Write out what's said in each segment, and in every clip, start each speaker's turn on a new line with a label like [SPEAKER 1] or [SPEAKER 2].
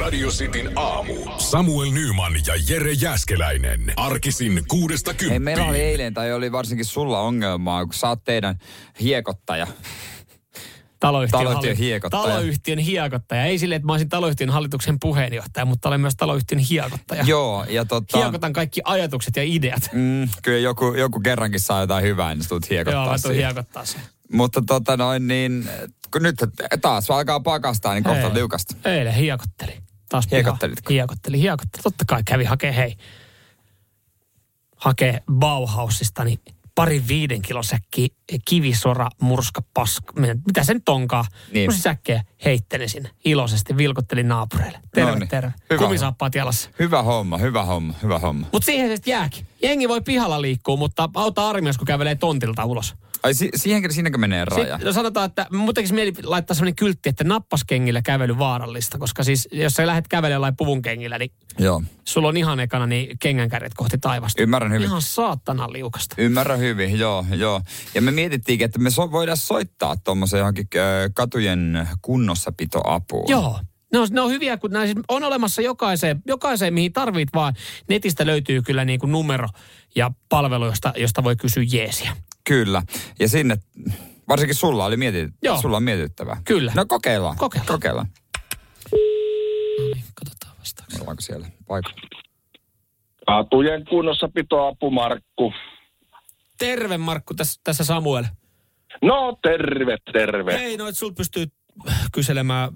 [SPEAKER 1] Radio Cityn aamu. Samuel Nyman ja Jere Jäskeläinen. Arkisin kuudesta
[SPEAKER 2] Hei,
[SPEAKER 1] kymppiin.
[SPEAKER 2] meillä oli eilen, tai oli varsinkin sulla ongelmaa, kun sä oot teidän hiekottaja.
[SPEAKER 3] Taloyhtiön,
[SPEAKER 2] Taloyhtiön
[SPEAKER 3] halli-
[SPEAKER 2] hiekottaja.
[SPEAKER 3] Taloyhtiön hiekottaja. Ei silleen, että mä olisin taloyhtiön hallituksen puheenjohtaja, mutta olen myös taloyhtiön hiekottaja.
[SPEAKER 2] Joo, ja tota...
[SPEAKER 3] Hiekotan kaikki ajatukset ja ideat.
[SPEAKER 2] Mm, kyllä joku, joku kerrankin saa jotain hyvää, niin sä tulet
[SPEAKER 3] Joo,
[SPEAKER 2] hiekottaa
[SPEAKER 3] mä tuun
[SPEAKER 2] siihen.
[SPEAKER 3] hiekottaa sen.
[SPEAKER 2] Mutta tota noin, niin kun nyt taas alkaa pakastaa, niin kohta
[SPEAKER 3] Hei.
[SPEAKER 2] liukasta.
[SPEAKER 3] Eilen hiekotteli. Taas piha.
[SPEAKER 2] Hiekottelitko?
[SPEAKER 3] Hiekotteli, hiekotteli. Totta kai kävi hakee, hei. Hakee Bauhausista, niin pari viiden kilon säkki kivisora, murska, paska. Mitä se nyt onkaan?
[SPEAKER 2] Niin.
[SPEAKER 3] Niin. säkkejä heittelin sinne iloisesti, vilkuttelin naapureille. Terve,
[SPEAKER 2] Noniin.
[SPEAKER 3] terve.
[SPEAKER 2] No niin. Hyvä
[SPEAKER 3] Kumisaappaat jalassa.
[SPEAKER 2] Hyvä homma, hyvä homma, hyvä homma.
[SPEAKER 3] Mutta siihen se sitten jääkin. Jengi voi pihalla liikkua, mutta auta armias, kun kävelee tontilta ulos.
[SPEAKER 2] Ai si- siihenkin, siinäkö menee raja?
[SPEAKER 3] Sitten, no sanotaan, että mun tekisi mieli laittaa sellainen kyltti, että nappaskengillä kävely vaarallista, koska siis jos sä lähdet kävelemään lai puvun kengillä, niin
[SPEAKER 2] Joo,
[SPEAKER 3] sulla on ihan ekana niin kengänkärjet kohti taivasta.
[SPEAKER 2] ymmärrän hyvin.
[SPEAKER 3] Ihan saatana liukasta.
[SPEAKER 2] Ymmärrän hyvin, joo, joo. Ja me mietittiinkin, että me so- voidaan soittaa tuommoisen johonkin ö, katujen kunnossapitoapuun.
[SPEAKER 3] Joo. Ne on, ne on hyviä, kun nämä siis on olemassa jokaiseen, jokaiseen, mihin tarvit vaan. Netistä löytyy kyllä niin kuin numero ja palvelu, josta, josta voi kysyä jeesiä.
[SPEAKER 2] Kyllä. Ja sinne, varsinkin sulla oli mietit-
[SPEAKER 3] Joo.
[SPEAKER 2] sulla on mietittävää.
[SPEAKER 3] Kyllä.
[SPEAKER 2] No kokeillaan.
[SPEAKER 3] Kokeillaan.
[SPEAKER 2] Kokeillaan.
[SPEAKER 3] No niin, katsotaan vastaaksi.
[SPEAKER 2] Ollaanko siellä paikalla?
[SPEAKER 4] Katujen kunnossapitoapu Markku.
[SPEAKER 3] Terve Markku, tässä, tässä Samuel.
[SPEAKER 4] No terve, terve.
[SPEAKER 3] Ei, no et sul pystyy kyselemään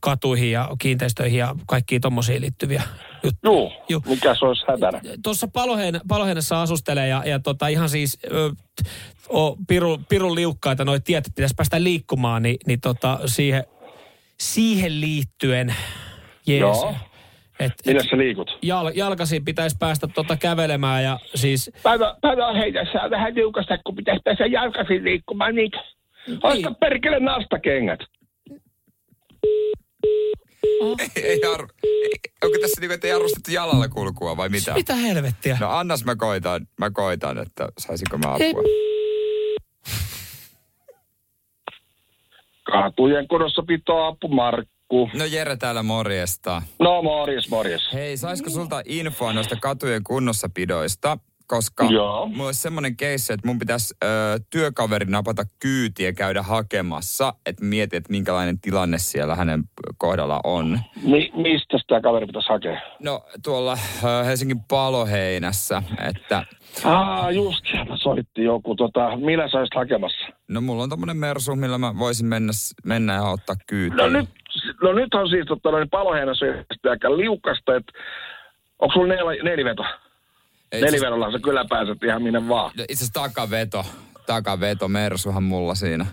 [SPEAKER 3] katuihin ja kiinteistöihin ja kaikkiin tommosiin liittyviä juttuja.
[SPEAKER 4] Juu,
[SPEAKER 3] Juu.
[SPEAKER 4] mikä se olisi hätänä?
[SPEAKER 3] Tuossa Paloheen, Paloheenassa asustelee ja, ja tota ihan siis ö, t- o, piru, pirun liukkaita noi tiet, pitäisi päästä liikkumaan, niin, niin tota, siihen, siihen liittyen jees.
[SPEAKER 4] Joo.
[SPEAKER 3] Et,
[SPEAKER 4] Minne
[SPEAKER 3] et,
[SPEAKER 4] sä liikut?
[SPEAKER 3] jal, jalkaisin pitäisi päästä tota kävelemään ja siis
[SPEAKER 4] Päivä, päivä on heitä, sä vähän liukasta, kun pitäisi päästä jalkaisin liikkumaan niitä. Osta
[SPEAKER 3] Niin.
[SPEAKER 4] perkele nastakengät.
[SPEAKER 2] Ei, ei arv... ei- Onko tässä niinku, että ei arvostettu jalalla kulkua vai mitä?
[SPEAKER 3] mitä helvettiä?
[SPEAKER 2] No annas mä koitan, mä koitan, että saisinko mä apua.
[SPEAKER 4] Katujen kunnossapitoapu Markku.
[SPEAKER 2] No Jere täällä morjesta.
[SPEAKER 4] No morjes, morjes.
[SPEAKER 2] Hei, saisiko
[SPEAKER 3] Niin.
[SPEAKER 2] sulta infoa noista katujen kunnossapidoista? Koska
[SPEAKER 4] Joo.
[SPEAKER 2] mulla olisi semmoinen keissi, että mun pitäisi ö, työkaveri napata kyytiä käydä hakemassa, että mietit, että minkälainen tilanne siellä hänen kohdalla on.
[SPEAKER 4] Mi- mistä sitä kaveri pitäisi hakea?
[SPEAKER 2] No tuolla ö, Helsingin paloheinässä, että
[SPEAKER 4] Aa, just sieltä soitti joku. Tota, millä sä olisit hakemassa?
[SPEAKER 2] no mulla on tommonen mersu, millä mä voisin mennä, s- mennä ja ottaa kyytiä.
[SPEAKER 4] No nyt, no nyt on siis tota, noin paloheinässä on aika liukasta, että onko sulla nel, neliveto?
[SPEAKER 2] Ei, itse asiassa-
[SPEAKER 4] Nelivedolla sä kyllä pääset ihan minne vaan.
[SPEAKER 2] no, itse asiassa takaveto, takaveto, mersuhan mulla siinä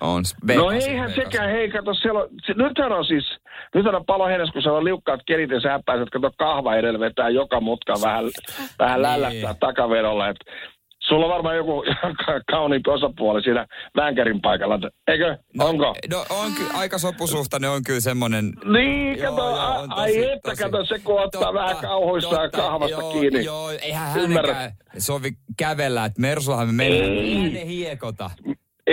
[SPEAKER 2] on.
[SPEAKER 4] No
[SPEAKER 2] Vegasin,
[SPEAKER 4] eihän
[SPEAKER 2] Vegasin.
[SPEAKER 4] sekään, hei kato, siellä on, se, nythän on siis, nythän on paloheinässä, kun siellä on liukkaat kelit ja sä pääset, kato kahva edellä vetää joka mutka vähän,
[SPEAKER 2] Niin.
[SPEAKER 4] vähän lällättää takavedolla, että Sulla on varmaan joku ka- kauniimpi osapuoli siinä vänkärin paikalla, eikö? Onko?
[SPEAKER 2] No on ky- aika sopusuhtainen on kyllä semmonen...
[SPEAKER 4] Niin,
[SPEAKER 2] Joo,
[SPEAKER 4] kato,
[SPEAKER 2] joo,
[SPEAKER 4] a-
[SPEAKER 2] on
[SPEAKER 4] ai
[SPEAKER 2] tosi,
[SPEAKER 4] että,
[SPEAKER 2] tosi.
[SPEAKER 4] kato, se kun ottaa
[SPEAKER 2] Totta,
[SPEAKER 4] vähän kauhuissaan
[SPEAKER 2] totta,
[SPEAKER 4] kahvasta
[SPEAKER 2] joo,
[SPEAKER 4] kiinni.
[SPEAKER 2] Joo, eihän
[SPEAKER 4] Ymmärrät.
[SPEAKER 2] hänenkään sovi kävellä, että Mersuhan me mennään. niin Eihän ne hiekota.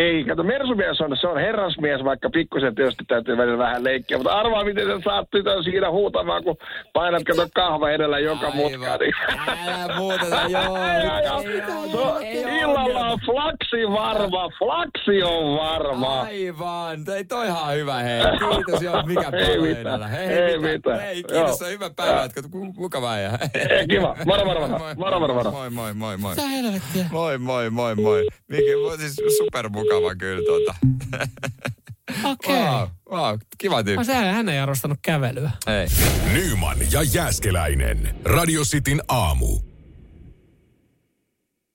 [SPEAKER 4] Ei, kato, mersumies on, se on herrasmies, vaikka pikkusen tietysti täytyy välillä vähän leikkiä, mutta arvaa, miten sä saat tytön siinä huutamaan, kun painat, kato, kahva edellä joka
[SPEAKER 2] Aivan.
[SPEAKER 4] mutkaa. Niin.
[SPEAKER 2] Älä muuteta, joo.
[SPEAKER 4] Joo, joo.
[SPEAKER 2] Ei ole-
[SPEAKER 4] Se on-
[SPEAKER 2] ei ole
[SPEAKER 4] No, Illalla
[SPEAKER 2] ongelma.
[SPEAKER 4] on flaksi varma, flaksi on varma.
[SPEAKER 2] Aivan. Ei toihan on hyvä, hei. Kiitos, joo, mikä
[SPEAKER 4] Ei
[SPEAKER 2] paljon
[SPEAKER 4] mitään.
[SPEAKER 2] edellä.
[SPEAKER 4] Ei mitään.
[SPEAKER 2] Hei,
[SPEAKER 4] Joo.
[SPEAKER 2] kiitos, on hyvä päivä, että mukavaa ja...
[SPEAKER 4] Ei, Eh, kiva. Moro, moro, moro.
[SPEAKER 2] Moi,
[SPEAKER 4] Moro, moro, moro.
[SPEAKER 2] Moi, moi, moi, moi.
[SPEAKER 3] Mitä helvettiä?
[SPEAKER 2] Moi, moi, moi, moi. Mikä, moi, siis supermukava kyllä tota.
[SPEAKER 3] Okei. Okay.
[SPEAKER 2] Wow, wow, kiva tyyppi.
[SPEAKER 3] Hän ei arvostanut kävelyä.
[SPEAKER 2] Hei.
[SPEAKER 1] Nyman ja Jääskeläinen. Radio Cityn aamu.